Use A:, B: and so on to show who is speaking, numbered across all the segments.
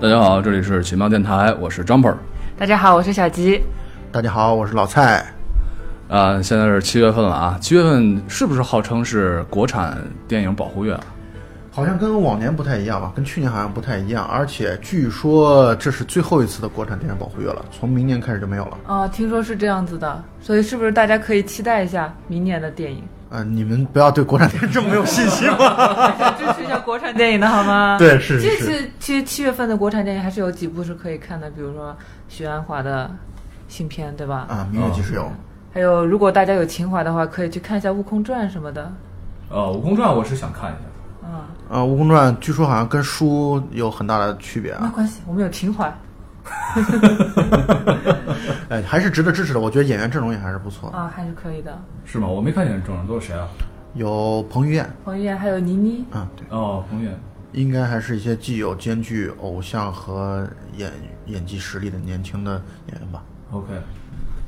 A: 大家好，这里是奇妙电台，我是 Jumper。
B: 大家好，我是小吉。
C: 大家好，我是老蔡。
A: 啊、现在是七月份了啊，七月份是不是号称是国产电影保护月啊？
C: 好像跟往年不太一样吧，跟去年好像不太一样，而且据说这是最后一次的国产电影保护月了，从明年开始就没有了。
B: 啊，听说是这样子的，所以是不是大家可以期待一下明年的电影？
C: 呃，你们不要对国产电影这么没有信心嘛。
B: 支持一下国产电影的好 吗？
C: 对是
B: 这
C: 是
B: 次其实七月份的国产电影还是有几部是可以看的，比如说许鞍华的新片，对吧？
C: 啊，明月几时有？
B: 还有，如果大家有情怀的话，可以去看一下《悟空传》什么的。
A: 呃，《悟空传》我是想看一下，
B: 啊，
C: 啊，《蜈蚣传》据说好像跟书有很大的区别
B: 没
C: 啊，
B: 关系，我们有情怀。
C: 哎，还是值得支持的。我觉得演员阵容也还是不错，
B: 啊，还是可以的。
A: 是吗？我没看见整人都是谁啊？
C: 有彭于晏
B: 彭于晏还有倪妮，
C: 啊，对，
A: 哦，彭越。
C: 应该还是一些既有兼具偶像和演演技实力的年轻的演员吧。
A: OK。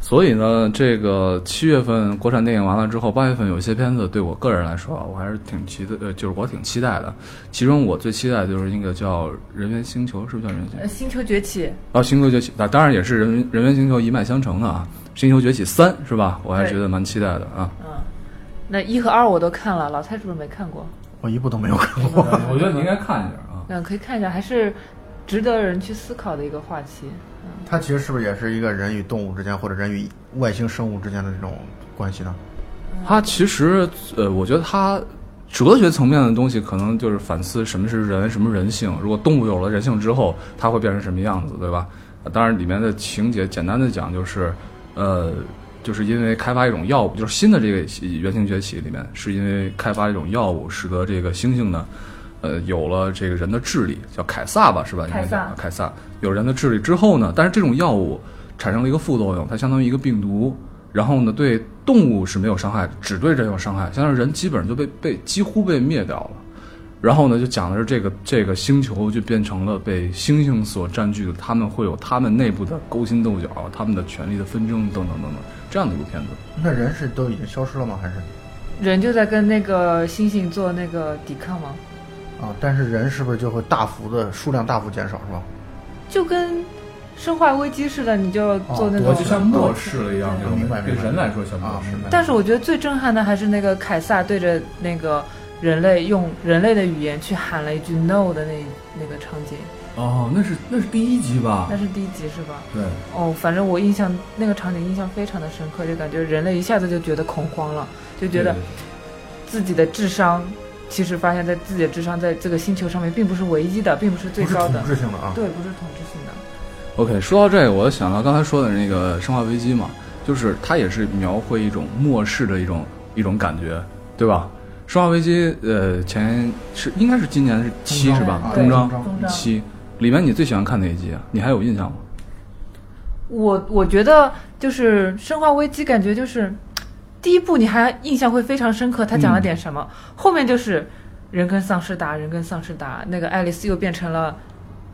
A: 所以呢，这个七月份国产电影完了之后，八月份有一些片子对我个人来说啊，我还是挺期待，呃，就是我挺期待的。其中我最期待的就是那个叫《人猿星球》，是不是叫《人猿星球
B: 呃，》？星球崛起，
A: 啊，《星球崛起》啊，当然也是人《人猿星球》一脉相承的啊，《星球崛起三》是吧？我还
B: 对
A: 觉得蛮期待的啊。
B: 嗯，那一和二我都看了，老蔡是不是没看过？
C: 我一部都没有看过。
A: 我觉得你应该看一下啊。
B: 嗯，可以看一下，还是值得人去思考的一个话题。
C: 它其实是不是也是一个人与动物之间，或者人与外星生物之间的这种关系呢？
A: 它其实，呃，我觉得它哲学层面的东西，可能就是反思什么是人，什么人性。如果动物有了人性之后，它会变成什么样子，对吧？啊当然，里面的情节简单的讲就是，呃，就是因为开发一种药物，就是新的这个《原型崛起》里面，是因为开发一种药物，使得这个猩猩呢。呃，有了这个人的智力，叫凯撒吧，是吧？应该
B: 凯
A: 叫
B: 撒
A: 凯撒有人的智力之后呢，但是这种药物产生了一个副作用，它相当于一个病毒，然后呢，对动物是没有伤害，只对人有伤害，像是人基本上就被被几乎被灭掉了。然后呢，就讲的是这个这个星球就变成了被猩猩所占据的，他们会有他们内部的勾心斗角，他们的权力的纷争等等等等这样的一部片子。
C: 那人是都已经消失了吗？还是
B: 人就在跟那个猩猩做那个抵抗嘛，
C: 啊？但是人是不是就会大幅的数量大幅减少，是吧？
B: 就跟生化危机似的，你就做那种。
C: 哦我就像末世
A: 了一
B: 样
C: 那种明白对明白人来说像末世啊明白
B: 但是我觉得最震撼的还是那个凯撒对着那个人类用人类的语言去喊了一句 “no” 的那那个场景，
A: 哦，那是那是第一集吧
B: 那？是第一集是吧？
A: 对，
B: 哦，反正我印象那个场景印象非常的深刻，就感觉人类一下子就觉得恐慌了，就觉得自己的智商，其实发现在自己的智商在这个星球上面并不是唯一的，并不是最
C: 不是
B: 高的
C: 统，治性的啊。
B: 对，不是统治性的。
A: OK，说到这个，我想到刚才说的那个《生化危机》嘛，就是它也是描绘一种末世的一种一种感觉，对吧？《生化危机》呃，前是应该是今年是七是吧？
B: 对
A: 东
C: 章
A: 章
C: 啊
B: 东章
A: 七里面你最喜欢看哪一集啊？你还有印象吗？
B: 我我觉得就是《生化危机》，感觉就是第一部你还印象会非常深刻，他讲了点什么，
C: 嗯
B: 后面就是人跟丧尸打，人跟丧尸打，那个爱丽丝又变成了。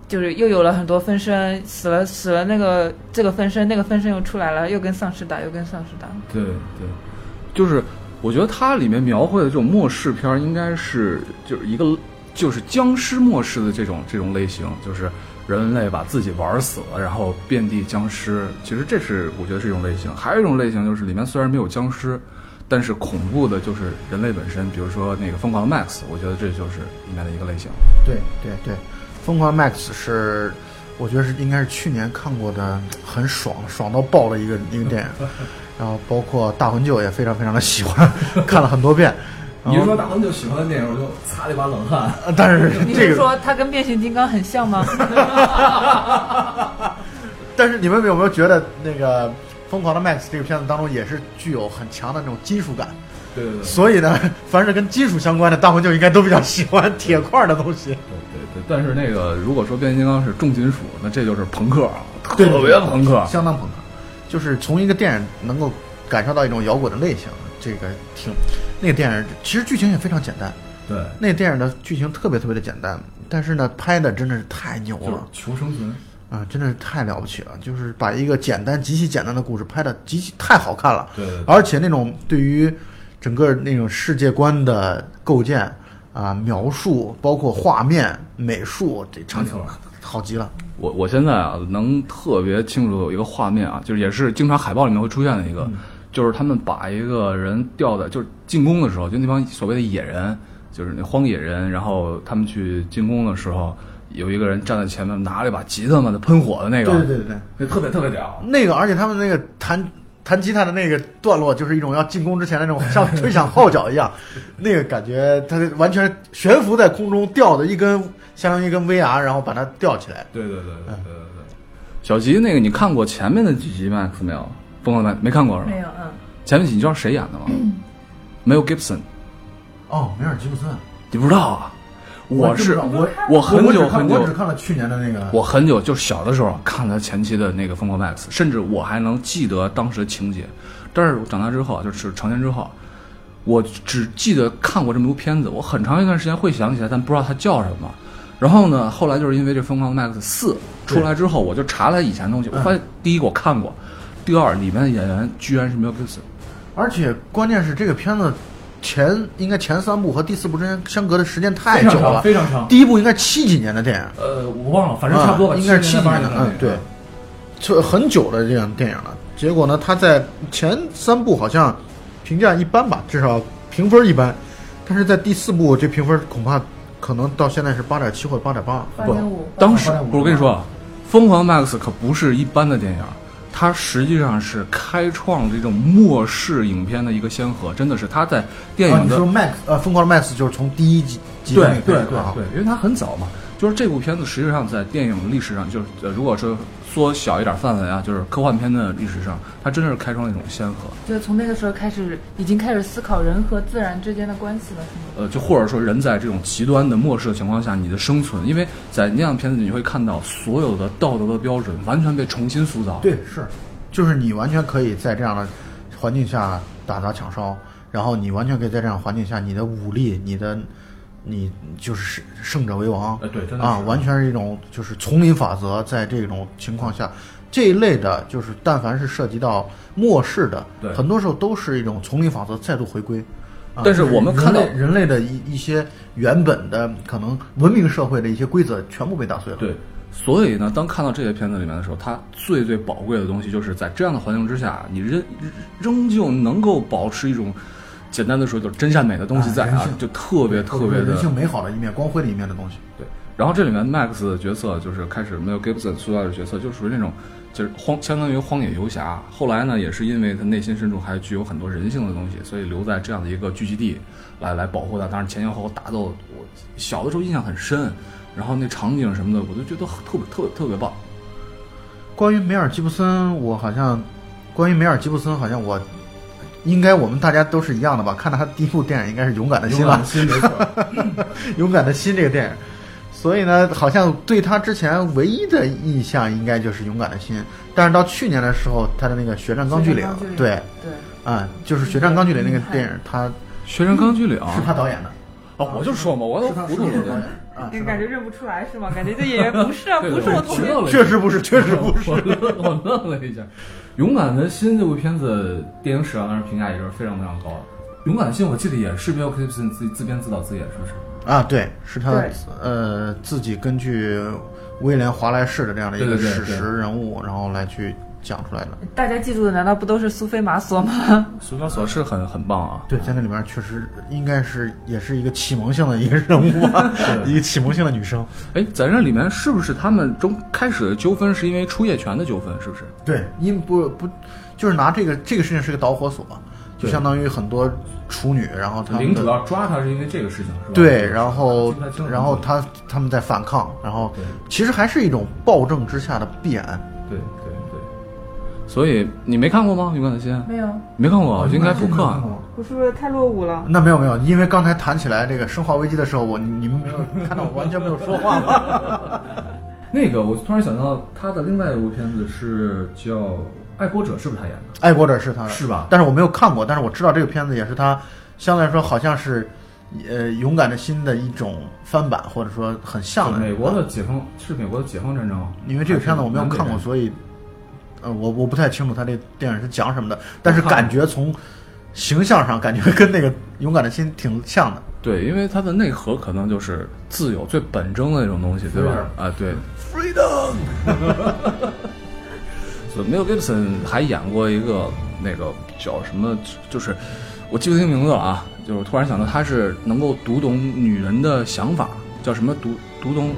B: 就是又有了很多分身，死了死了那个这个分身，那个分身又出来了，又跟丧尸打，又跟丧尸打。
A: 对对，就是我觉得它里面描绘的这种末世片儿，应该是就是一个就是僵尸末世的这种这种类型，就是人类把自己玩死了，然后遍地僵尸。其实这是我觉得是一种类型，还有一种类型就是里面虽然没有僵尸。但是恐怖的就是人类本身，比如说那个《疯狂的 Max》，我觉得这就是里面的一个类型。
C: 对对对，疯狂 Max 是，我觉得是应该是去年看过的很爽爽到爆的一个一个电 影。然后包括大魂舅也非常非常的喜欢， 看了很多遍。然后
A: 大亨就喜欢的电影，我就擦了一把冷汗。
C: 呃但是
B: 你
C: 这
B: 是
C: 个
B: 说他跟变形金刚很像 吗？
C: 但是你们有没有觉得那个《疯狂的 Max》这个片子当中也是具有很强的那种金属感？
A: 对对对
C: 所以呢， 凡是跟金属相关的，大伙就应该都比较喜欢铁块的东西。
A: 对对，但是那个如果说变形金刚是重金属，那这就是朋克啊，特
C: 对
A: 别朋克。啊
C: 相当朋克，就是从一个电影能够感受到一种摇滚的类型，这个挺那个电影其实剧情也非常简单，
A: 对，
C: 那个电影的剧情特别特别的简单，但是呢，拍的真的是太牛了
A: 求生存。
C: 啊，真的是太了不起了，就是把一个简单极其简单的故事拍的极其太好看了，
A: 对对对
C: 而且那种对于整个那种世界观的构建啊、描述，包括画面、美术，这场景
A: 没错
C: 好极了。
A: 我我现在啊，能特别清楚的有一个画面啊，就是也是经常海报里面会出现的一
C: 嗯
A: 个，就是他们把一个人吊在，就是进攻的时候，就那帮所谓的野人，就是那荒野人，然后他们去进攻的时候，有一个人站在前面，拿了一把吉他嘛，那喷火的那
C: 对
A: 个，
C: 对对对对，
A: 那特别特别屌，
C: 那个而且他们那个弹弹吉他的那个段落，就是一种要进攻之前的那种像吹响号角一样，那个感觉，它完全悬浮在空中吊的一根，相当于一根 VR，然后把它吊起来。
A: 对对对对对对对。嗯小吉那个你看过前面的几集 Max 没有？疯狂的没看过是吧
B: 没？有，嗯，
A: 前面几集你知道谁演的吗？没有 Gibson，
C: 哦，梅尔吉布森，
A: 你不知道啊？
C: 我知
A: 是
C: 道
A: 我
C: 我
A: 我很
C: 我
A: 久
C: 只看
A: 很
C: 我
A: 久
C: 只看了去年的那个，
A: 我很久就是小的时候看了前期的那个《疯狂 Max》，甚至我还能记得当时的情节。但是我长大之后啊，就是成年之后，我只记得看过这么部片子，我很长一段时间会想起来，但不知道它叫什么。然后呢，后来就是因为这《疯狂 Max 四》出来之后，我就查了以前的东西，我发现第一个我看过，第二里面的演员居然是 Mel Gibson。
C: 而且关键是这个片子前应该前三部和第四部之间相隔的时间太
D: 非
C: 久
D: 常
C: 了
D: 长，，非常长。
C: 第一部应该七几年的电影，
D: 呃，我忘了，反正差不多吧，
C: 啊应该是七
D: 七
C: 几
D: 八
C: 年
D: 年
C: 的，
D: 的。
C: 嗯，对，就很久的这样电影了。结果呢，他在前三部好像评价一般吧，至少评分一般，但是在第四部这评分恐怕可能到现在是八点七或者八点八。
B: 八点五，
A: 当时
C: 八点五
A: 不是我跟你说，啊，《疯狂 Max》可不是一般的电影，它实际上是开创了这种末世影片的一个先河，真的是它在电
C: 啊，
A: 影
C: 你
A: 的、
C: 说 Max 呃，疯狂的 Max 就是从第一集集
A: 对
C: 的那个
A: 对
C: 开始
A: 对
C: 啊
A: 对，因为它很早嘛，就是这部片子实际上在电影历史上，就是呃，如果说缩小一点范围啊，就是科幻片的历史上，它真是开创了一种先河，
B: 就是从那个时候开始，已经开始思考人和自然之间的关系了，是吗？
A: 呃，就或者说人在这种极端的末世的情况下，你的生存，因为在那样的片子里你会看到所有的道德的标准完全被重新塑造，
C: 对，是，就是你完全可以在这样的环境下打砸抢烧，然后你完全可以在这样的环境下，你的武力，你的你就是胜胜者为王，
D: 呃对真的
C: 啊，
D: 是
C: 完全是一种就是丛林法则，在这种情况下。这一类的，就是但凡是涉及到末世的
A: 对，
C: 很多时候都是一种丛林法则再度回归。啊、
A: 但是
C: 就
A: 我们
C: 人
A: 看到
C: 类人类的一一些原本的可能文明社会的一些规则全部被打碎了。
A: 对，所以呢，当看到这些片子里面的时候，它最最宝贵的东西就是在这样的环境之下，你仍仍旧能够保持一种，简单的说就是真善美的东西在
C: 啊人
A: 啊，
C: 性
A: 就特别特别的
C: 人性美好的一面，光辉的一面的东西。
A: 对。然后这里面 Max 的角色就是开始没有 Gibson 塑造的角色，就属于那种就是荒相当于荒野游侠。后来呢，也是因为他内心深处还具有很多人性的东西，所以留在这样的一个聚集地来来保护他。当然前前后后打斗，我小的时候印象很深，然后那场景什么的，我就觉得特别特别特别棒。
C: 关于梅尔吉布森，我好像，关于梅尔吉布森，好像我，应该我们大家都是一样的吧？看到他第一部电影应该是《勇敢的心》
D: 勇敢
C: 吧
D: 的，心没错，
C: 《勇敢的心》这个电影，所以呢，好像对他之前唯一的印象应该就是《勇敢的心》，但是到去年的时候，他的那个《血战钢锯岭》
B: 血战钢锯岭
C: 对，
B: 对，
C: 啊、就是《血战钢锯岭》那个电影，他
A: 学生刚去领，
C: 是他导演的，
A: 哦，我就说嘛，我都
C: 是他
A: 糊
C: 是
A: 涂
C: 他导演
A: 了。
C: 啊，
B: 那个
C: 是他
B: 感觉认不出来是吗？感觉这演员不是 啊，
A: 对
B: 不是我同
A: 知道
B: 学。
A: 了，
C: 确实不是，确实不是。
A: 我愣我愣了一下，《勇敢的心》这部片子电影史上当时评价也是非常非常高的。《勇敢的心》我记得也是 Bill Gibson 自己自编自导自演，是不是？
C: 啊，对，是他
B: 对
C: 呃自己根据威廉·华莱士的这样的一
A: 对
C: 个
A: 对对
C: 史
A: 对
C: 实人物，然后来去讲出来的。
B: 大家记住的难道不都是苏菲玛索吗？
A: 苏小索是很很棒啊。
C: 对，在那里面确实应该是也是一个启蒙性的一个人物 吧，一个启蒙性的女生。
A: 哎，在这里面是不是他们中开始的纠纷是因为出业权的纠纷？是不是？
C: 对，因不不就是拿这个这个事情是个导火索，就
A: 对
C: 相当于很多处女，然后她们
A: 领主
C: 的
A: 要抓他是因为这个事情，是吧？
C: 对，然后
A: 记不太清楚
C: 然后她她们在反抗，然后
A: 对
C: 其实还是一种暴政之下的必然。
A: 对对对。所以你没看过吗？《勇敢的心》
B: 没有，
A: 没看过，应该不看。
B: 我是不是太落伍了？
C: 那没有没有，因为刚才谈起来这个《生化危机》的时候，我你们没 有看到我完全没有说话 吗？
A: 那个，我突然想到他的另外一部片子是叫《爱国者》，是不是他演的？
C: 爱国者是他的，
A: 是吧
C: 但是我没有看过，但是我知道这个片子也是他相对来说好像是，呃，勇敢的心的一种翻版，或者说很像的啊
A: 美国的解放是美国的解放战争啊吗，
C: 因为这个片子我没有看过，所以，呃，我我不太清楚他这电影是讲什么的，但是感觉从形象上感觉跟那个勇敢的心挺像的。
A: 对，因为它的内核可能就是自由最本真的那种东西，对吧？啊，对，freedom。所以 Mel Gibson 还演过一个那个叫什么，就是我记不清名字了啊，就是突然想到他是能够读懂女人的想法，叫什么读读懂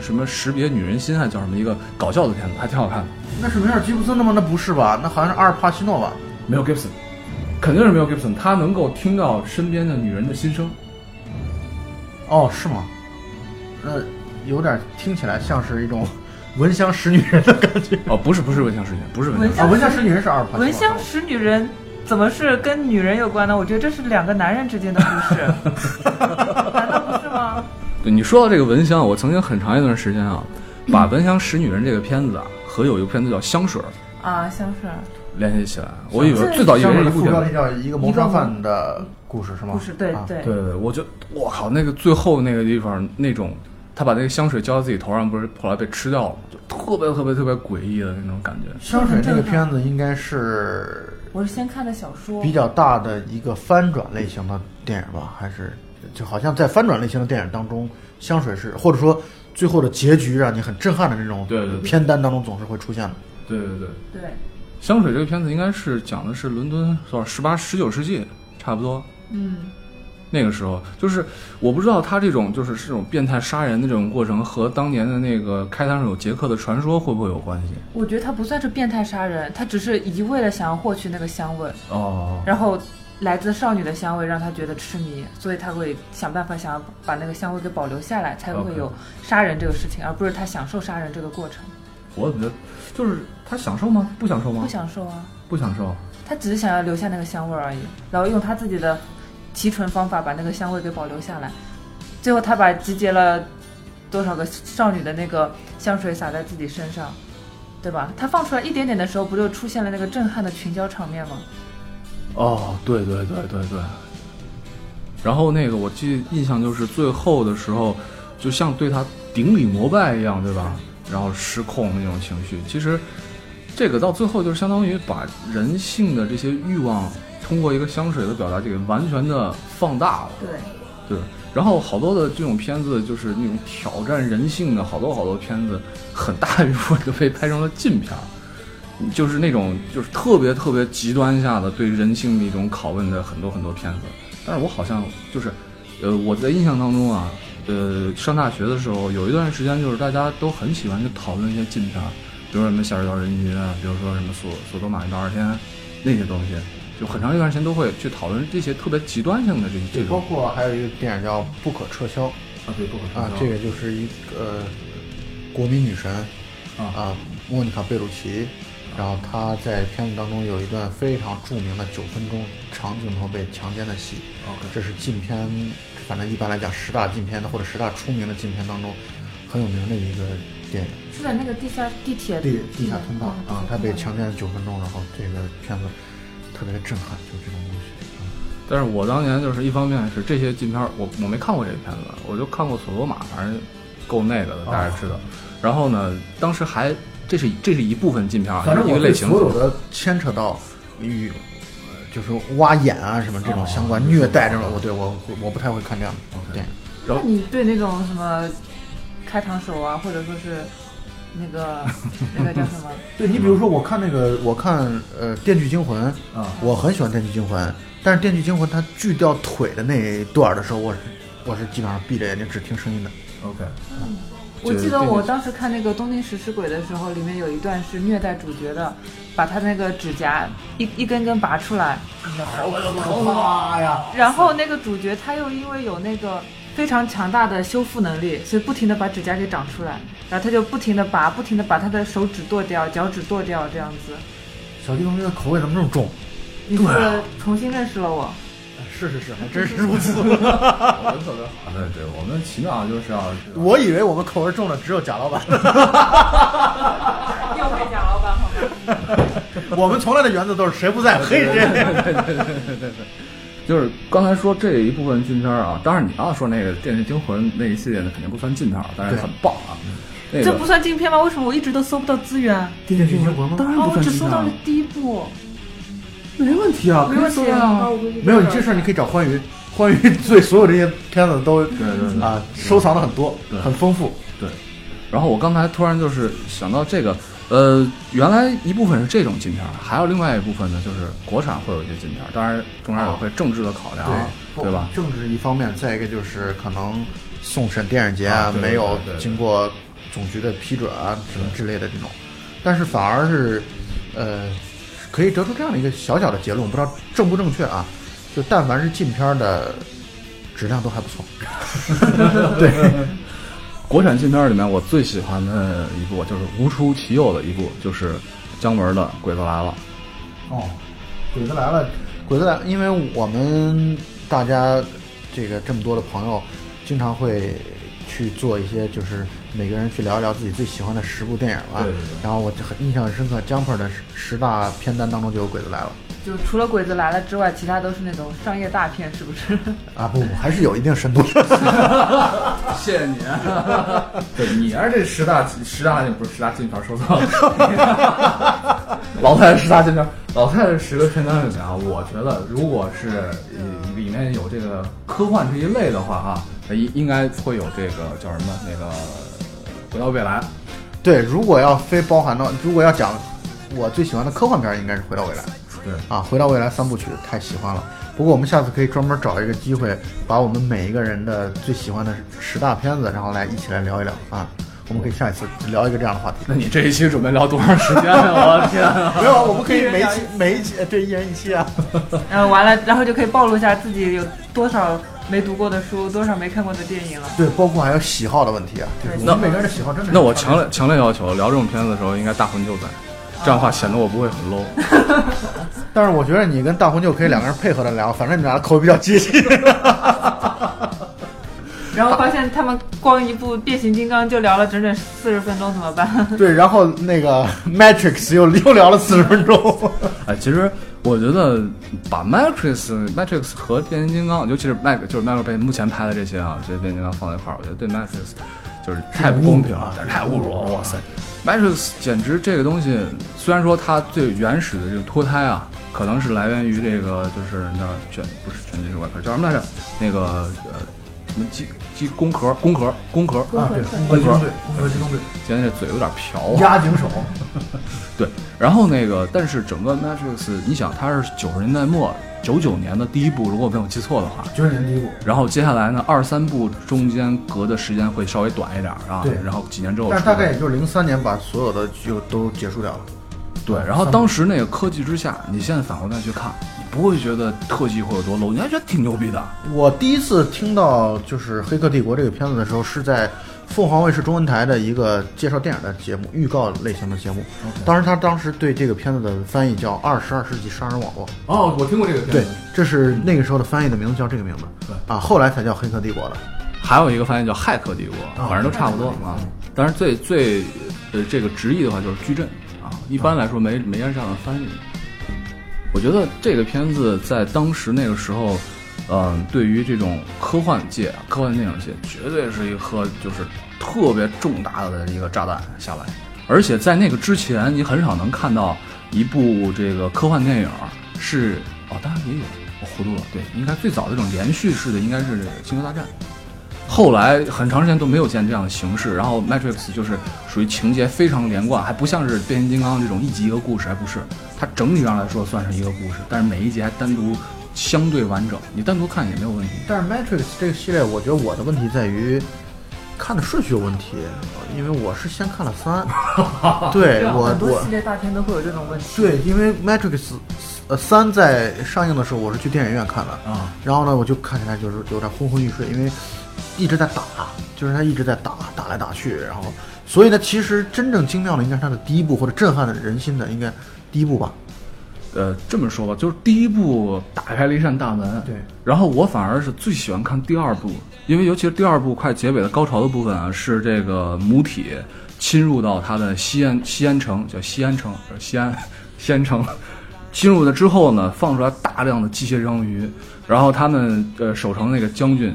A: 什么识别女人心还叫什么一个搞笑的片子，还挺好看的。
C: 那是梅尔吉布森的吗？那不是吧？那好像是阿尔帕西诺吧？
A: Mel Gibson，肯定是 Mel Gibson，他能够听到身边的女人的心声。
C: 哦，是吗？那有点听起来像是一 种闻香识女人的感觉
A: 哦，不是不是闻香识女，不是闻
B: 闻
A: 香识
C: 啊！
A: 女。
C: 闻香识女人是阿尔帕西诺。
B: 闻香识女人怎么是跟女人有关呢？我觉得这是两个男人之间的故 事，难道不是吗？
A: 对你说到这个闻香，我曾经很长一段时间啊，把《闻香识女人》这个片子啊和有一个片子叫《香水》
B: 啊，香水儿
A: 联系起来。我以为
B: 香
A: 最早以
C: 香
A: 为
C: 水
A: 是
C: 的
A: 一部
C: 副
A: 片
C: 标
A: 子
C: 题。叫《一个谋杀犯的故事》是吗？
B: 故事，对
C: 啊
B: 对
A: 对对对，我觉得我靠，那个最后那个地方那种，他把那个香水浇到自己头上，不是后来被吃掉了吗，就特别特别特别诡异的那种感觉。
C: 香水那个片子应该是
B: 我是先看的小说，
C: 比较大的一个翻转类型的电影吧，还是就好像在翻转类型的电影当中，香水是或者说最后的结局让你很震撼的那种
A: 对对对
C: 片单当中总是会出现的。
A: 对对对，
B: 对，
A: 香水这个片子应该是讲的是伦敦多少十八十九世纪差不多，
B: 嗯，
A: 那个时候，就是我不知道他这种就是这种变态杀人的这种过程和当年的那个开膛手杰克的传说会不会有关系？
B: 我觉得他不算是变态杀人，他只是一味的想要获取那个香味，
A: 哦，
B: 然后来自少女的香味让他觉得痴迷，所以他会想办法想要把那个香味给保留下来，才会
A: OK
B: 有杀人这个事情，而不是他享受杀人这个过程。
A: 我怎么觉得就是他享受吗？不享受吗？
B: 不享受啊，
A: 不享受。
B: 他只是想要留下那个香味儿而已，然后用他自己的提纯方法把那个香味给保留下来。最后他把集结了多少个少女的那个香水洒在自己身上，对吧？他放出来一点点的时候，不就出现了那个震撼的群交场面吗？
A: 哦，对对对对对。然后那个我记印象就是最后的时候，就像对他顶礼膜拜一样，对吧？然后失控那种情绪，其实这个到最后就是相当于把人性的这些欲望通过一个香水的表达，就给完全的放大了。
B: 对，
A: 对，然后好多的这种片子就是那种挑战人性的，好多好多片子，很大一部分就被拍成了禁片儿，就是那种就是特别特别极端下的对人性的一种拷问的很多很多片子。但是我好像就是，呃，我在印象当中啊，呃，上大学的时候有一段时间就是大家都很喜欢去讨论一些禁片儿，比如说什么《夏日到人群》啊，比如说什么索《索多玛一到二天》那些东西。就很长一段时间都会去讨论这些特别极端性的这
C: 对
A: 这，种
C: 包括还有一个电影叫《不可撤销》
A: 啊，对，不可
C: 啊，这个就是一个、呃、国民女神
A: 啊
C: 啊，莫妮卡贝鲁奇。然后她在片子当中有一段非常著名的九分钟长镜头被强奸的戏，
A: 哦 OK
C: 这是禁片，反正一般来讲十大禁片的或者十大出名的禁片当中很有名的一个电影。
B: 是在那个地下地铁
C: 地地下通道啊，他被
B: 抢。
C: 强奸了九分钟，然后这个片子特别的震撼，就这种东西。啊
A: 但是我当年就是一方面是这些禁片儿，我我没看过这个片子，我就看过《索罗马》，反正够那个的，大家知道。然后呢，当时还这是这是一部分禁片儿啊，
D: 反正
A: 一个
D: 我
A: 类
D: 对
A: 型。
D: 所有
C: 有的牵扯到与呃就是挖眼啊什么这种相关、虐待这种，我对我我不太会看这样的电影。
A: 然
B: 那
A: 后
B: 你对那种什么开膛手啊，或者说是那个那个叫什么？
C: 对你比如说，我看那个，我看呃《电锯惊魂》
D: 啊，
C: 我很喜欢《电锯惊魂》，但是《电锯惊魂》它锯掉腿的那一段的时候，我是我是基本上闭着眼睛只听声音的。
A: OK，
B: 我记得我当时看那个《东京食尸鬼》的时候，里面有一段是虐待主角的，把他那个指甲一一根根拔出来，
D: 妈呀！
B: 然后那个主角他又因为有那个非常强大的修复能力，所以不停的把指甲给长出来，然后他就不停的拔，不停的把他的手指剁掉、脚趾剁掉，这样子。
C: 小弟同学的口味怎么这么重？
B: 你是不是重新认识了我？
C: 是是是，还真是如此。
A: 我们特别好。啊对对，我们奇妙就是要
C: 我以为我们口味重的只有贾老板，
B: 又回贾老板好吗？
C: 我们从来的原则都是谁不在黑谁。
A: 就是刚才说这一部分禁片儿啊，当然你要说那个《电锯惊魂》那一系列呢，肯定不算禁片儿，但是
C: 对
A: 很棒啊。那
B: 这
A: 个
B: 不算禁片吗？为什么我一直都搜不到资源？啊，
A: 《电锯惊魂》吗？当然不
B: 我
A: 算
B: 只
A: 禁
B: 搜
A: 片
B: 哦到了
A: 儿，
B: 第一部，
A: 没问题啊，
B: 没问
A: 可以
B: 题
A: 说呀
B: 啊。
C: 没有，你这事儿你可以找欢愉，关于对所有这些片子都
A: 对对对
C: 啊收藏的很多
A: 对，
C: 很丰富。
A: 对。然后我刚才突然就是想到这个，呃，原来一部分是这种禁片儿，还有另外一部分呢，就是国产会有一些禁片儿，当然中间也会政治的考量，啊
C: 哦
A: 对吧？
C: 啊政治一方面，再一个就是可能送审电影节
A: 啊对对
C: 没有
A: 对对对
C: 经过总局的批准啊什么之类的这种，但是反而是呃可以得出这样的一个小小的结论，我不知道正不正确啊？就但凡是禁片儿的质量都还不错。
A: 国产禁片儿里面，我最喜欢的一部就是无出其右的一部，就是姜文的《鬼子来了》。
C: 哦，鬼子来了，鬼子来了，因为我们大家这个这么多的朋友，经常会去做一些，就是每个人去聊一聊自己最喜欢的十部电影吧。
A: 对对对
C: 然后我就很印象很深刻，Jumper 的十十大片单当中就有《鬼子来了
B: 就除了《鬼子来了》之外，其他都是那种商业大片，是不是？》
C: 啊，不，还是有一定深度的。
A: 谢谢你、啊对，你还是这十大十大不是十大禁片，说错了。 老太太十大禁片，老太太十个片单里面啊，我觉得如果是呃里面有这个科幻这一类的话啊，应应该会有这个叫什么那个回到未来。
C: 对，如果要非包含到，如果要讲我最喜欢的科幻片儿，应该是《回到未来》。
A: 对，
C: 啊，回到未来三部曲太喜欢了。不过我们下次可以专门找一个机会，把我们每一个人的最喜欢的十大片子，然后来一起来聊一聊啊。我们可以下一次聊一个这样的话题。
A: 那你这一期准备聊多长时间 啊？我的天啊！
C: 没有啊，我们可以每一期每一期对一人一期啊。
B: 然后完了，然后就可以暴露一下自己有多少没读过的书，多少没看过的电影了。
C: 对，包括还有喜好的问题啊，就是我
A: 那
C: 们每个人的喜好真的是
A: 那我强烈强烈要求，聊这种片子的时候应该大魂就在，这样的话显得我不会很 low。
C: 但是我觉得你跟大红就可以两个人配合着聊，反正你们俩的口味比较接 近。
B: 然后发现他们光一部《变形金刚》就聊了整整四十分钟，怎么办？
C: 对，然后那个 Matrix 又又聊了四十分钟。
A: 哎，其实我觉得把 Matrix、Matrix 和变形金刚，尤其是迈就是迈克尔贝目前拍的这些啊，这些变形金刚放在一块儿，我觉得对 Matrix 就是啊太不公平了，太侮辱了！哇塞，Matrix 简直这个东西，虽然说它最原始的这个脱胎啊，可能是来源于这个就是那卷不是卷金属外壳叫什么来着？那个呃什么鸡鸡公壳公壳公壳，
C: 啊，对，
A: 公壳
C: 对，公和机动队，
A: 今天这嘴有点瓢啊。
C: 压井手。
A: 对，然后那个，但是整个 Matrix，你想，它是九十年代末九九年的第一部，如果我没有记错的话。
C: 九十年第一部，
A: 然后接下来呢，二三部中间隔的时间会稍微短一点儿啊。
C: 对
A: 然后几年之后出的，
C: 但是大概也就是零三年把所有的就都结束掉了。
A: 对。然后当时那个科技之下，你现在返回再去看，你不会觉得特技会有多 low，你还觉得挺牛逼的。
C: 我第一次听到就是《黑客帝国》这个片子的时候，是在凤凰卫视中文台的一个介绍电影的节目，预告类型的节目。当时他当时对这个片子的翻译叫《二十二世纪杀人网络》，
A: 哦，我听过这个片
C: 对，这是那个时候的翻译的名字叫这个名字
A: 对
C: 啊，后来才叫《黑客帝国》的。
A: 还有一个翻译叫《骇客帝国》，
C: 啊
A: 反正都差不多啊。但是最最呃这个直译的话就是矩阵啊，一般来说没没人这样的翻译。我觉得这个片子在当时那个时候，嗯、对于这种科幻界、啊科幻电影界，绝对是一颗就是特别重大的一个炸弹下来。而且在那个之前，你很少能看到一部这个科幻电影啊是哦，当然也有，我糊涂了，对，应该最早的这种连续式的应该是这个《星球大战》。后来很长时间都没有见这样的形式，然后 Matrix 就是属于情节非常连贯，还不像是变形金刚这种一集一个故事，还不是，它整体上来说算是一个故事，但是每一集还单独相对完整，你单独看也没有问题。
C: 但是《Matrix》这个系列，我觉得我的问题在于看的顺序有问题，因为我是先看了三， 对我
B: 很多
C: 我
B: 系列大片都会有这种问题。
C: 对，因为《Matrix》呃三在上映的时候，我是去电影院看的，
A: 啊，
C: 然后呢，我就看起来就是有点昏昏欲睡，因为一直在打，就是他一直在打，打来打去，然后所以呢，其实真正精妙的应该是他的第一部或者震撼的人心的应该第一部吧。
A: 呃，这么说吧，就是第一部打开了一扇大门，
C: 对
A: 然后我反而是最喜欢看第二部，因为尤其是第二部快结尾的高潮的部分啊，是这个母体侵入到它的西安西安城，叫西安城，呃西安西安城，侵入了之后呢，放出来大量的机械章鱼，然后他们呃守城那个将军，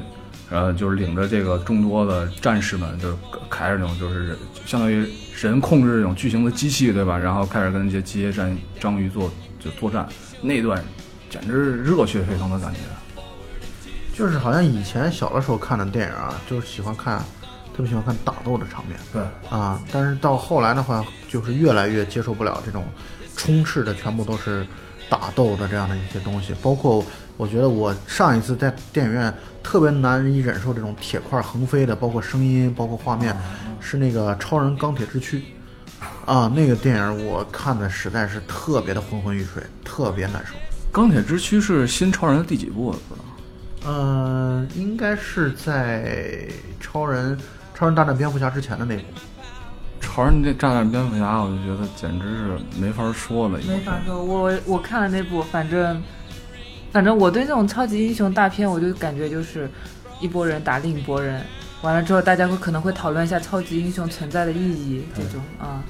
A: 呃就是领着这个众多的战士们，就是开着那种就是人相当于人控制这种巨型的机器，对吧？然后开始跟这些机械战章鱼做就作战，那段简直热血沸腾的感觉。
C: 就是好像以前小的时候看的电影啊，就是喜欢看，特别喜欢看打斗的场面
E: 对，
C: 啊。但是到后来的话，就是越来越接受不了这种充斥的全部都是打斗的这样的一些东西。包括我觉得我上一次在电影院特别难以忍受这种铁块横飞的，包括声音，包括画面，是那个《超人钢铁之躯》。啊，那个电影我看的实在是特别的昏昏欲睡，特别难受。
A: 钢铁之躯是新超人的第几部？我不知道。
C: 嗯，应该是在超人超人大战蝙蝠侠之前的那部。
A: 超人那炸弹蝙蝠侠，我就觉得简直是没法说的一个
B: 没法说，我我我看了那部，反正反正我对那种超级英雄大片，我就感觉就是一拨人打另一拨人，完了之后大家会可能会讨论一下超级英雄存在的意义这种啊，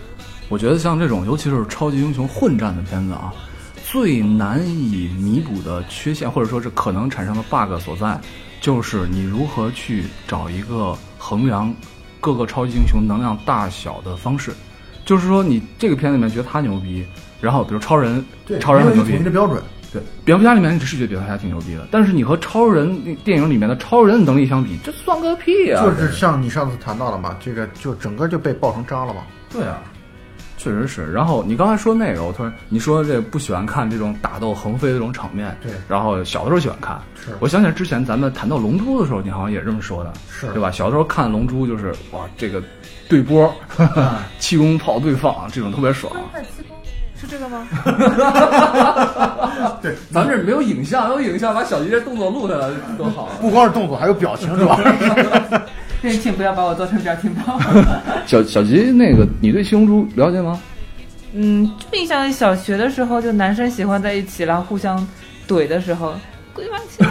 A: 我觉得像这种，尤其是超级英雄混战的片子啊，最难以弥补的缺陷，或者说是可能产生的 bug 所在，就是你如何去找一个衡量各个超级英雄能量大小的方式。就是说，你这个片子里面觉得他牛逼，然后比如超人，超人
C: 没
A: 很
C: 有
A: 牛
C: 一统
A: 逼
C: 一的，标准。
A: 对，蝙蝠侠里面你只是觉得蝙蝠侠挺牛逼的，但是你和超人那电影里面的超人的能力相比，这算个屁啊！
C: 就是像你上次谈到的嘛，这个就整个就被爆成渣了嘛。
A: 对啊，确实是。然后你刚才说那个，我突然你说这不喜欢看这种打斗横飞的这种场面，
C: 对
A: 然后小的时候喜欢看，
C: 是
A: 我想起来之前咱们谈到《龙珠》的时候，你好像也这么说的，
C: 是
A: 对吧？小的时候看《龙珠》就是哇，这个对波、
C: 啊
A: 气功炮对放这种特别爽。
B: 是这 个吗？
C: 对，
A: 咱们这没有影像，有影像把小杰这动作录下来多好。
C: 不光是动作，还有表情，是 吧？
B: 对，请不要把我做成表情包。
A: 小小吉，那个你对七龙珠了解吗？
B: 嗯，就印象里小学的时候，就男生喜欢在一起，然后互相怼的时候，鬼把气。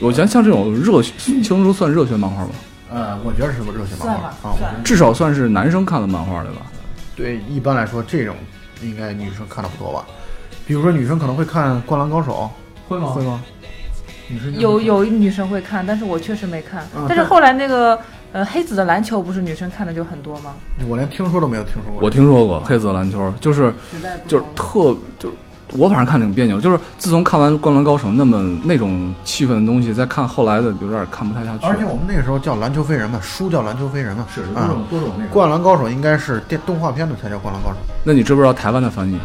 A: 我觉得像这种热血，七龙珠算热血漫画吗？
C: 呃，我觉得是不是热血漫
B: 算
C: 画
B: 吧
C: 啊？我觉
B: 算
C: 得
A: 至少算是男生看的漫画对吧？
C: 对，一般来说这种应该女生看的不多吧？比如说女生可能会看《灌篮高手
E: 会》，吗？
C: 会吗？女生应该
B: 有
C: 会
B: 有女生会看，但是我确实没看。
C: 嗯
B: 但是后来那个呃黑子的篮球不是女生看的就很多吗？
C: 看，我连听说都没有听说过。
A: 我听说过黑色篮球，就是
B: 时代不
A: 就是
B: 同
A: 特就是我反正看挺别扭，就是自从看完《灌篮高手》那么那种气氛的东西，再看后来的有点看不太下去。
C: 而且我们那个时候叫篮球飞人嘛，书叫篮球飞人嘛，
E: 是有多
C: 啊。
E: 种多种那个。
C: 灌篮高手应该是电动画片的才叫灌篮高手，
A: 那你知不知道台湾的翻译？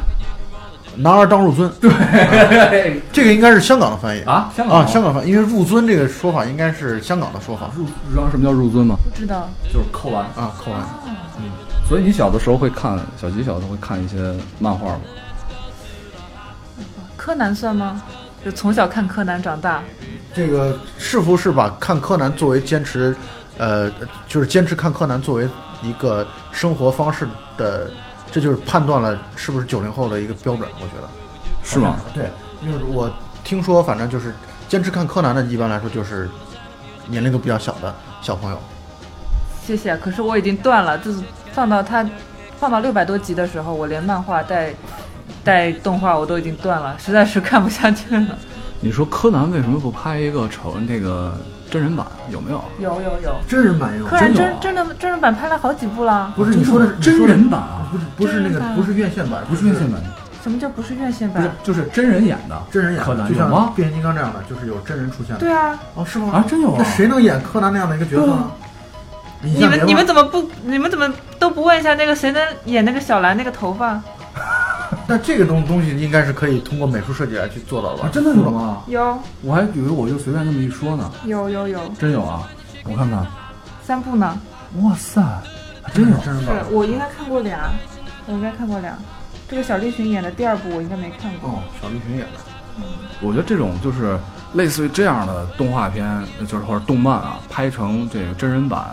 C: 男儿当入樽。对，这个应该是香港的翻译
E: 啊香港
C: 啊，香港翻译，因为入樽这个说法应该是香港的说法
A: 入知道什么叫入樽吗？
B: 不知道。
E: 就是扣完，
C: 啊，扣完。
A: 所以你小的时候会看，小吉小的时候会看一些漫画吗？
B: 柯南算吗？就从小看柯南长大，
C: 这个是不是把看柯南作为坚持，呃，就是坚持看柯南作为一个生活方式的，这就是判断了是不是九零后的一个标准，我觉得
A: 是吗？
C: 对，因为我听说，反正就是坚持看柯南的，一般来说就是年龄都比较小的小朋友。
B: 谢谢。啊可是我已经断了，就是放到他放到六百多集的时候，我连漫画带带动画我都已经断了，实在是看不下去了。
A: 你说柯南为什么不拍一个成那个真人版？有没
C: 啊
A: 有？
B: 有有有，
C: 真人版有
B: 柯南
A: 真有
B: 真
A: 啊
B: 真的真人版拍了好几部了。
C: 不是你说的是
E: 真人版啊，
C: 不是不是那
B: 真人
C: 个
B: 版
C: 不是院线版，哎
E: 不是院线版，
B: 什么叫不是院线
E: 不是
B: 版？
E: 就是真人演的，
C: 真人演
E: 柯
C: 的，
E: 南
C: 就
E: 有
C: 像
E: 吗？
C: 变形金刚这样的，就是有真人出现的。
B: 对啊，
C: 哦，是吗？
E: 啊真有啊
C: 那谁能演柯南那样的一个角色
A: 啊
C: 呢？你
B: 你们你们怎么不你们怎么都不问一下那个谁能演那个小兰那个头发？
C: 那这个东东西应该是可以通过美术设计来去做到的吧？
E: 啊，真的有？吗？
B: 有
E: 我还以为我就随便这么一说呢，
B: 有有有，
E: 真有啊！我看看，
B: 三部呢？
E: 哇塞，还真有！啊
C: 真人
B: 是
C: 版
B: 我应该看过俩，嗯我应该看过俩。这个小栗旬演的第二部我应该没看过。
C: 哦，小栗旬演的。
E: 嗯
A: 我觉得这种就是类似于这样的动画片，呃就是或者动漫啊，拍成这个真人版，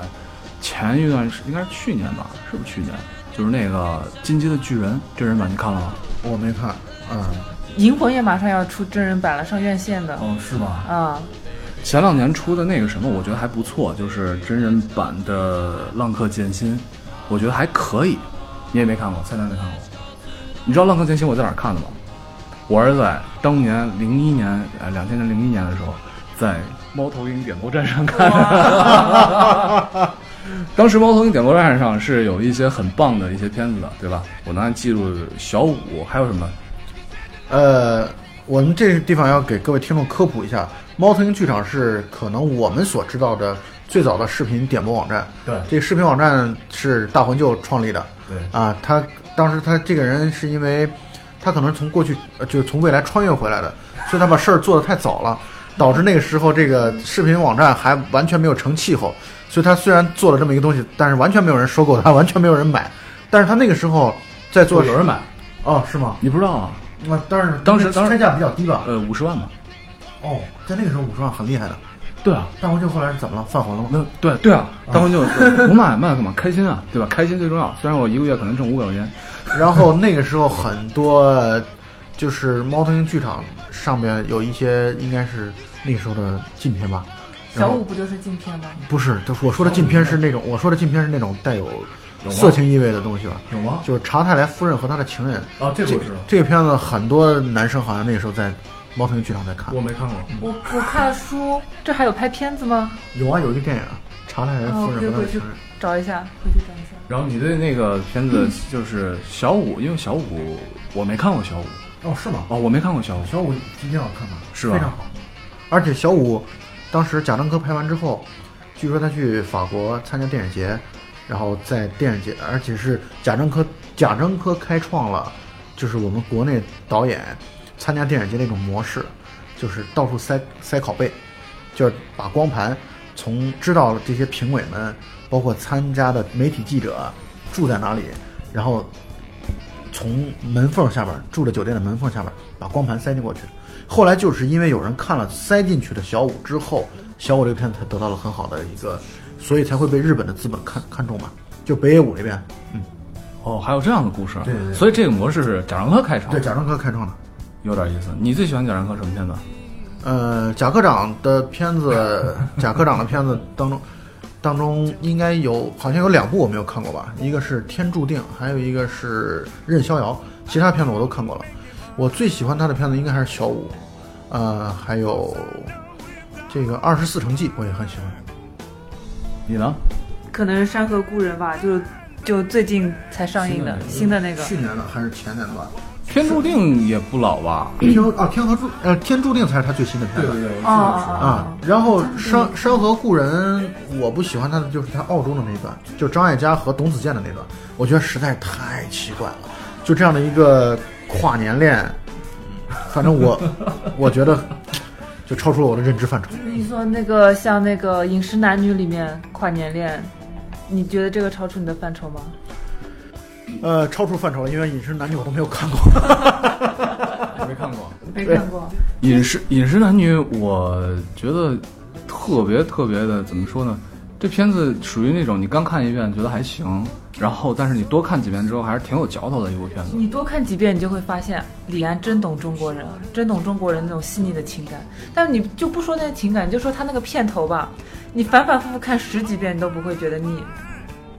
A: 前一段时应该是去年吧，是不是去年？就是那个《进击的巨人》真人版，你看了吗？
C: 我没看，嗯，
B: 银魂也马上要出真人版了，上院线的。
E: 哦，是吧？
B: 啊，
A: 前两年出的那个什么，我觉得还不错，就是真人版的《浪客剑心》，我觉得还可以。你也没看过，菜单没看过。你知道《浪客剑心》我在哪儿看的吗？我是在当年零一年，呃，两千年零一年的时候，在猫头鹰点播站上看 的。当时猫头鹰点播站上是有一些很棒的一些片子的，对吧？我能记住小五，还有什么？
C: 呃，我们这个地方要给各位听众科普一下，猫头鹰剧场是可能我们所知道的最早的视频点播网站。
F: 对
C: 这个视频网站是大魂舅创立的。
F: 对
C: 啊，他当时他这个人是因为他可能从过去呃就是从未来穿越回来的，所以他把事儿做得太早了，导致那个时候这个视频网站还完全没有成气候。所以他虽然做了这么一个东西，但是完全没有人收购他，完全没有人买。但是他那个时候在做
F: 有人买，
C: 哦，是吗？
A: 你不知道啊？
C: 那当然，
A: 当时当时
C: 天价比较低吧？
A: 呃，五十万吧？
C: 哦，在那个时候五十万很厉害的。
A: 对啊，
C: 大红舅后来是怎么了？犯浑了吗？
F: 嗯
A: 那对对啊，当时就不卖卖干嘛？开心 啊，对吧？开心最重要。虽然我一个月可能挣五百块钱，
C: 然后那个时候很多呃就是猫头鹰剧场上面有一些应该是那时候的禁片吧。然
B: 小
C: 后
B: 五不就是嗯禁片吗？
C: 不是，就是我说的禁片是那种，我说的禁片是那种带有
F: 有吗
C: 色情意味的东西吧。
F: 有吗？
C: 就是查泰莱夫人和他的情人，
F: 啊，这个
C: 这
F: 我知道，
C: 这个片子很多男生好像那个时候在猫头鹰剧场在看
F: 我。没看过。
A: 嗯
B: 我我看了书，这还有拍片子吗？
C: 有啊，有一个电影《查泰莱
B: 啊，
C: 夫
B: 我
C: 人
B: 可以
C: 和他
B: 回
C: 的
B: 去
C: 情人》。
B: 找一下，回去找一下。
A: 然后你对那个片子就是小五，因为小五我没看过小五
C: 哦，是吗？
A: 哦，我没看过小五，
C: 小五一定要看看，
A: 是吧
C: 非常好。而且小五当时贾樟柯拍完之后，据说他去法国参加电影节，然后在电影节，而且是贾樟柯贾樟柯开创了，就是我们国内导演参加电影节那种模式，就是到处塞塞拷贝，就是把光盘从知道了这些评委们，包括参加的媒体记者住在哪里，然后从门缝下边儿住的酒店的门缝下边儿把光盘塞进过去。后来就是因为有人看了塞进去的小五之后，小五这片才得到了很好的一个，所以才会被日本的资本看看中嘛。就北野武那边，嗯，
A: 哦，还有这样的故事，
C: 对对对
A: 所以这个模式是贾樟柯开场，
C: 对，贾樟柯开创的。
A: 有点意思。你最喜欢贾樟柯什么片子？
C: 呃，贾科长的片子， 贾科长的片子当中，当中应该有好像有两部我没有看过吧，一个是《天注定》，还有一个是《任逍遥》，其他片子我都看过了。我最喜欢他的片子应该还是《小五》，呃，还有这个《二十四城记》，我也很喜欢。
A: 你呢？
B: 可能是《山河故人》吧，就就最近才上映的新的那个，
C: 去年的还是前年的吧？
A: 天注定也不老吧？
C: 天啊，天和注呃天注定才是他最新的片
F: 对对
C: 子。
F: 对，我记得是
B: 哦哦哦
C: 啊，然后山山河故人，我不喜欢他的就是他澳洲的那一段，就张艾嘉和董子健的那段，我觉得实在太奇怪了。就这样的一个跨年恋，反正 我我觉得就超出了我的认知范畴。
B: 你说那个像那个《饮食男女》里面跨年恋，你觉得这个超出你的范畴吗？
C: 呃，超出范畴了，因为《饮食男女》我都没有看过。
A: 没看过。
B: 没看过。
A: 饮食饮食男女，我觉得特别特别的，怎么说呢？这片子属于那种你刚看一遍觉得还行，然后但是你多看几遍之后还是挺有嚼头的一部片子。
B: 你多看几遍，你就会发现李安真懂中国人，真懂中国人那种细腻的情感。但是你就不说那些情感，你就说他那个片头吧，你反反复复看十几遍，你都不会觉得腻。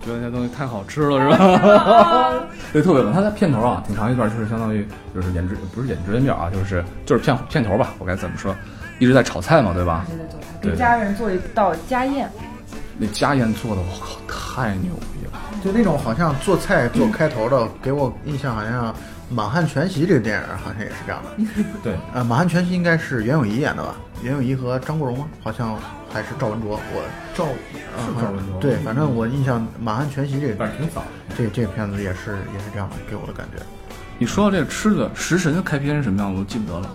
A: 觉得那东西太好吃了是吧？ 对，特别稳。它在片头啊，挺长一段，就是相当于就是演职不是演职人表啊，就是就是片片头吧，我该怎么说？一直在炒菜嘛，对吧？对
B: 给家人做一道家宴，
A: 那家宴做的，我靠，太牛逼了！
C: 就那种好像做菜做开头的，给我印象好像《满汉全席》这个电影好像也是这样的。
A: 对，
C: 呃，《满汉全席》应该是袁咏仪演的吧？袁咏仪和张国荣吗？好像还是赵文卓。我
F: 赵
C: 呃
F: 是赵文卓，
C: 对，，反正我印象《满汉全席》这
F: 但
C: 个
F: 是挺早。
C: 这这片子也是也是这样的，给我的感觉。
A: 你说到这个吃的，食神的开篇是什么样子，我记不得了。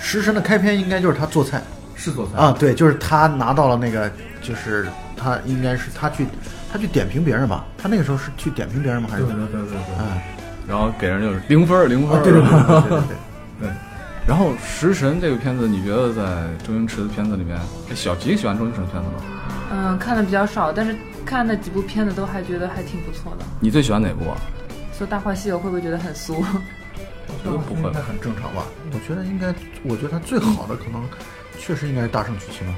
C: 食神的开篇应该就是他做菜
F: 是做菜
C: 啊，，对，就是他拿到了那个，就是他应该是他去他去点评别人吧？他那个时候是去点评别人吗？还
F: 对
C: 是
F: 对
C: 怎么？
F: 对对对对，
C: 哎，
A: 然后给人就是零分儿零分儿、
C: 啊对对对 对对对对。
A: 然后《食神》这个片子，你觉得在周星驰的片子里面，哎小吉喜欢周星驰的片子吗？
B: 嗯，看的比较少，但是看了几部片子都还觉得还挺不错的。
A: 你最喜欢哪部啊？
B: 说《大话西游》会不会觉得很俗？
A: 我觉得不会
C: 应该很正常吧？我觉得应该，我觉得他最好的可能确实应该是《大圣娶妻》吧。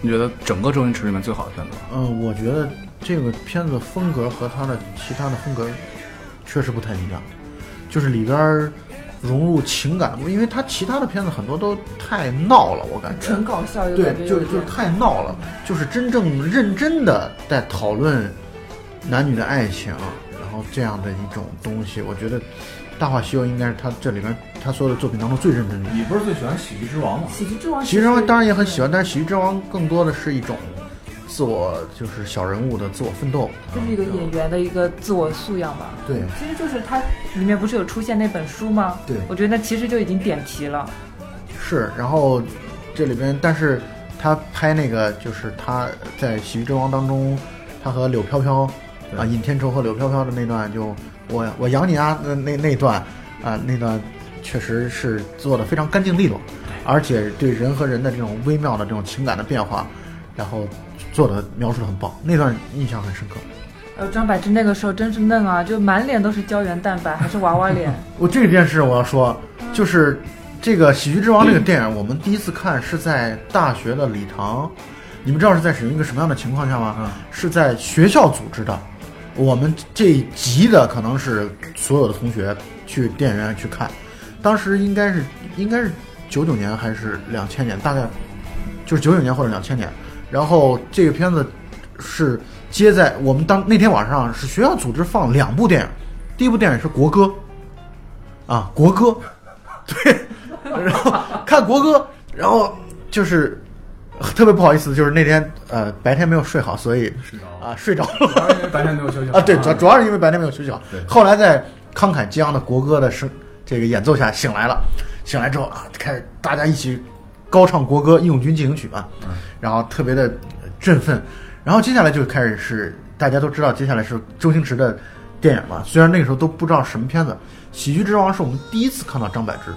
A: 你觉得整个周星驰里面最好的片子？
C: 嗯，我觉得这个片子风格和他的其他的风格确实不太一样，就是里边儿融入情感，因为他其他的片子很多都太闹了，我感觉
B: 纯搞笑，有
C: 对
B: 感，觉
C: 就
B: 有
C: 是
B: 点
C: 就是太闹了，就是真正认真的在讨论男女的爱情，然后这样的一种东西，我觉得《大话西游》应该是他这里面他所有的作品当中最认真的。
E: 你不是最喜欢《喜剧之王》吗？
F: 喜剧之王，
C: 喜剧之王当然也很喜欢，但是喜剧之王更多的是一种自我，就是小人物的自我奋斗。
B: 就是一个演员的一个自我素养吧。
C: 对，
B: 其实就是它里面不是有出现那本书吗？
C: 对
B: 我觉得那其实就已经点题了。
C: 是。然后这里边，但是他拍那个就是他在《喜剧之王》当中，他和柳飘飘啊，尹天仇和柳飘飘的那段就，我我养你啊，那那那段啊，那段确实是做的非常干净利落，而且对人和人的这种微妙的这种情感的变化，然后做的描述的很棒，那段印象很深刻。
B: 呃，张柏芝那个时候真是嫩啊，就满脸都是胶原蛋白，还是娃娃 脸。
C: 我这件事我要说，就是这个《喜剧之王》这个电影，我们第一次看是在大学的礼堂。你们知道是在使用一个什么样的情况下吗？是在学校组织的，我们这一级的可能是所有的同学去电影院去看，当时应该是应该是九九年还是两千年，大概就是九九年或者两千年。然后这个片子是接在我们当那天晚上是学校组织放两部电影，第一部电影是国歌，啊，国歌，对，然后看国歌，然后就是特别不好意思，就是那天呃白天没有睡好，所以啊睡着了。
E: 当然因为白天没有休息好
C: 啊，对，主主要是因为白天没有休息好
E: 对。
C: 后来在慷慨激昂的国歌的声这个演奏下醒来了，醒来之后啊，开始大家一起高唱国歌《义勇军进行曲》嘛，
E: 嗯
C: 然后特别的振奋。然后接下来就开始是大家都知道，接下来是周星驰的电影了。虽然那个时候都不知道什么片子，《喜剧之王》是我们第一次看到张柏芝。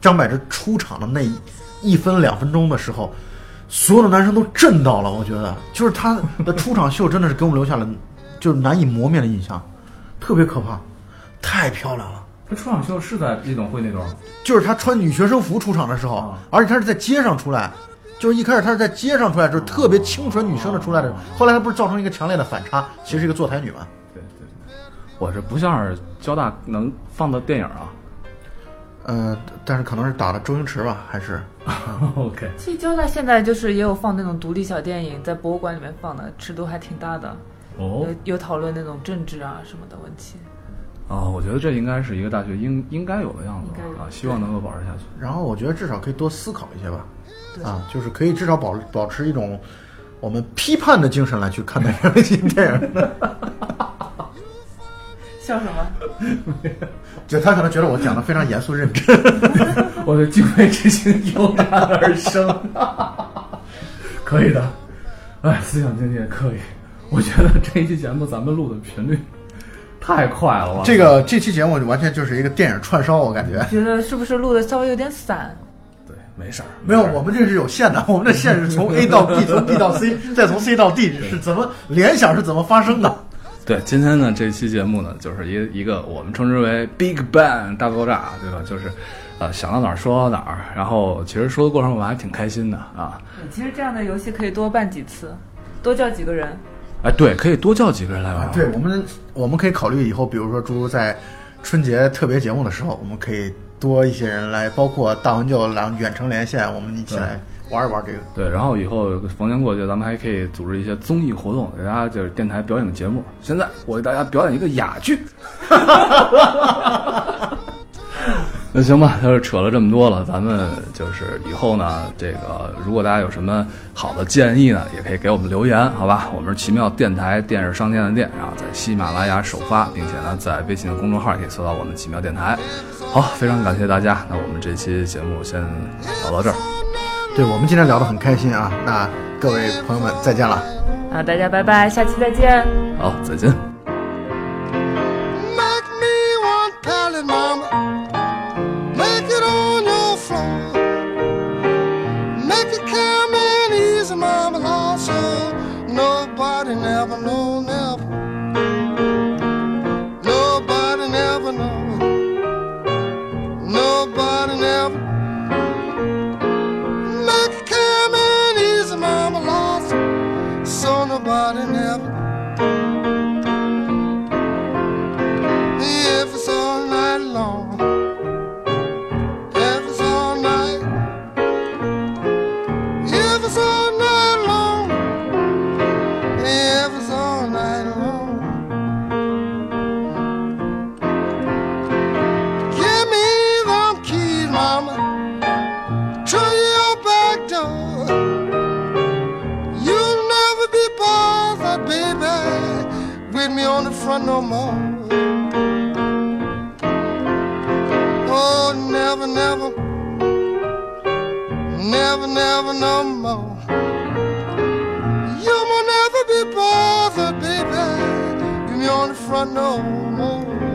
C: 张柏芝出场的那一一分两分钟的时候，所有的男生都震到了。我觉得，就是他的出场秀真的是给我们留下了就是难以磨灭的印象，特别可怕，太漂亮了。
A: 他出场秀是在夜总会那段吗？
C: 就是她穿女学生服出场的时候
A: 啊，
C: 而且她是在街上出来，就是一开始她是在街上出来，就是特别清纯女生的出来的。后来她不是造成一个强烈的反差，其实是一个坐台女嘛。
A: 对对对，我这不像是交大能放的电影啊。
C: 呃，但是可能是打了周星驰吧，还是
A: OK，
B: 其实交大现在就是也有放那种独立小电影，在博物馆里面放的，尺度还挺大的，
A: 哦
B: 有有讨论那种政治啊什么的问题。
A: 啊，我觉得这应该是一个大学应应该有的样子
B: 应该有
A: 吧啊，希望能够保持下去。
C: 然后我觉得至少可以多思考一些吧，
B: 对
C: 啊，就是可以至少保保持一种我们批判的精神来去看待这些电影。
B: 笑什么？
C: 就他可能觉得我讲的非常严肃认真，
A: 我的敬畏之心油然而生， 可以的。哎，思想境界可以。我觉得这一期节目咱们录的频率太快了吧？
C: 这个这期节目完全就是一个电影串烧，我感觉。
B: 觉得是不是录的稍微有点散？
A: 对，没事儿，
C: 没有，我们这是有线的，我们这线是 从 A 到 B，从 B 到 C，再从 C 到 D，是怎么联想是怎么发生的？
A: 对，今天呢，这期节目呢，就是一一个我们称之为 Big Bang 大爆炸，对吧？就是，呃，想到哪儿说到哪儿，然后其实说的过程我们还挺开心的啊。
B: 嗯其实这样的游戏可以多办几次，多叫几个人。
A: 哎，对，可以多叫几个人来玩。
C: 啊对，我们我们可以考虑以后，比如说诸如在春节特别节目的时候，我们可以多一些人来，包括大文就来远程连线，我们一起来玩一玩这个。
A: 对，然后以后逢年过节，咱们还可以组织一些综艺活动，给大家就是电台表演节目。现在我给大家表演一个哑剧。 那行吧，就是扯了这么多了，咱们就是以后呢，这个如果大家有什么好的建议呢，也可以给我们留言，好吧？我们是奇妙电台电视商店的店，然后在喜马拉雅首发，并且呢，在微信的公众号也可以搜到我们奇妙电台。好，非常感谢大家，那我们这期节目先聊到这儿。
C: 对，我们今天聊得很开心啊，那各位朋友们再见了。
B: 啊，大家拜拜，下期再见。
A: 好，再见。
G: Make me one pallet, mama. Make it on your floor. Make it come and easy, mama. Also, nobody never know, never. Nobody never know. Nobody never. Make it come and easy, mama. Also, so nobody never. if it's all night long. If it's all night. If it's all night long. If it's all night long. with me on the front no more. Oh, never, never, never, never no more. You will never be bothered, baby, with me on the front no more.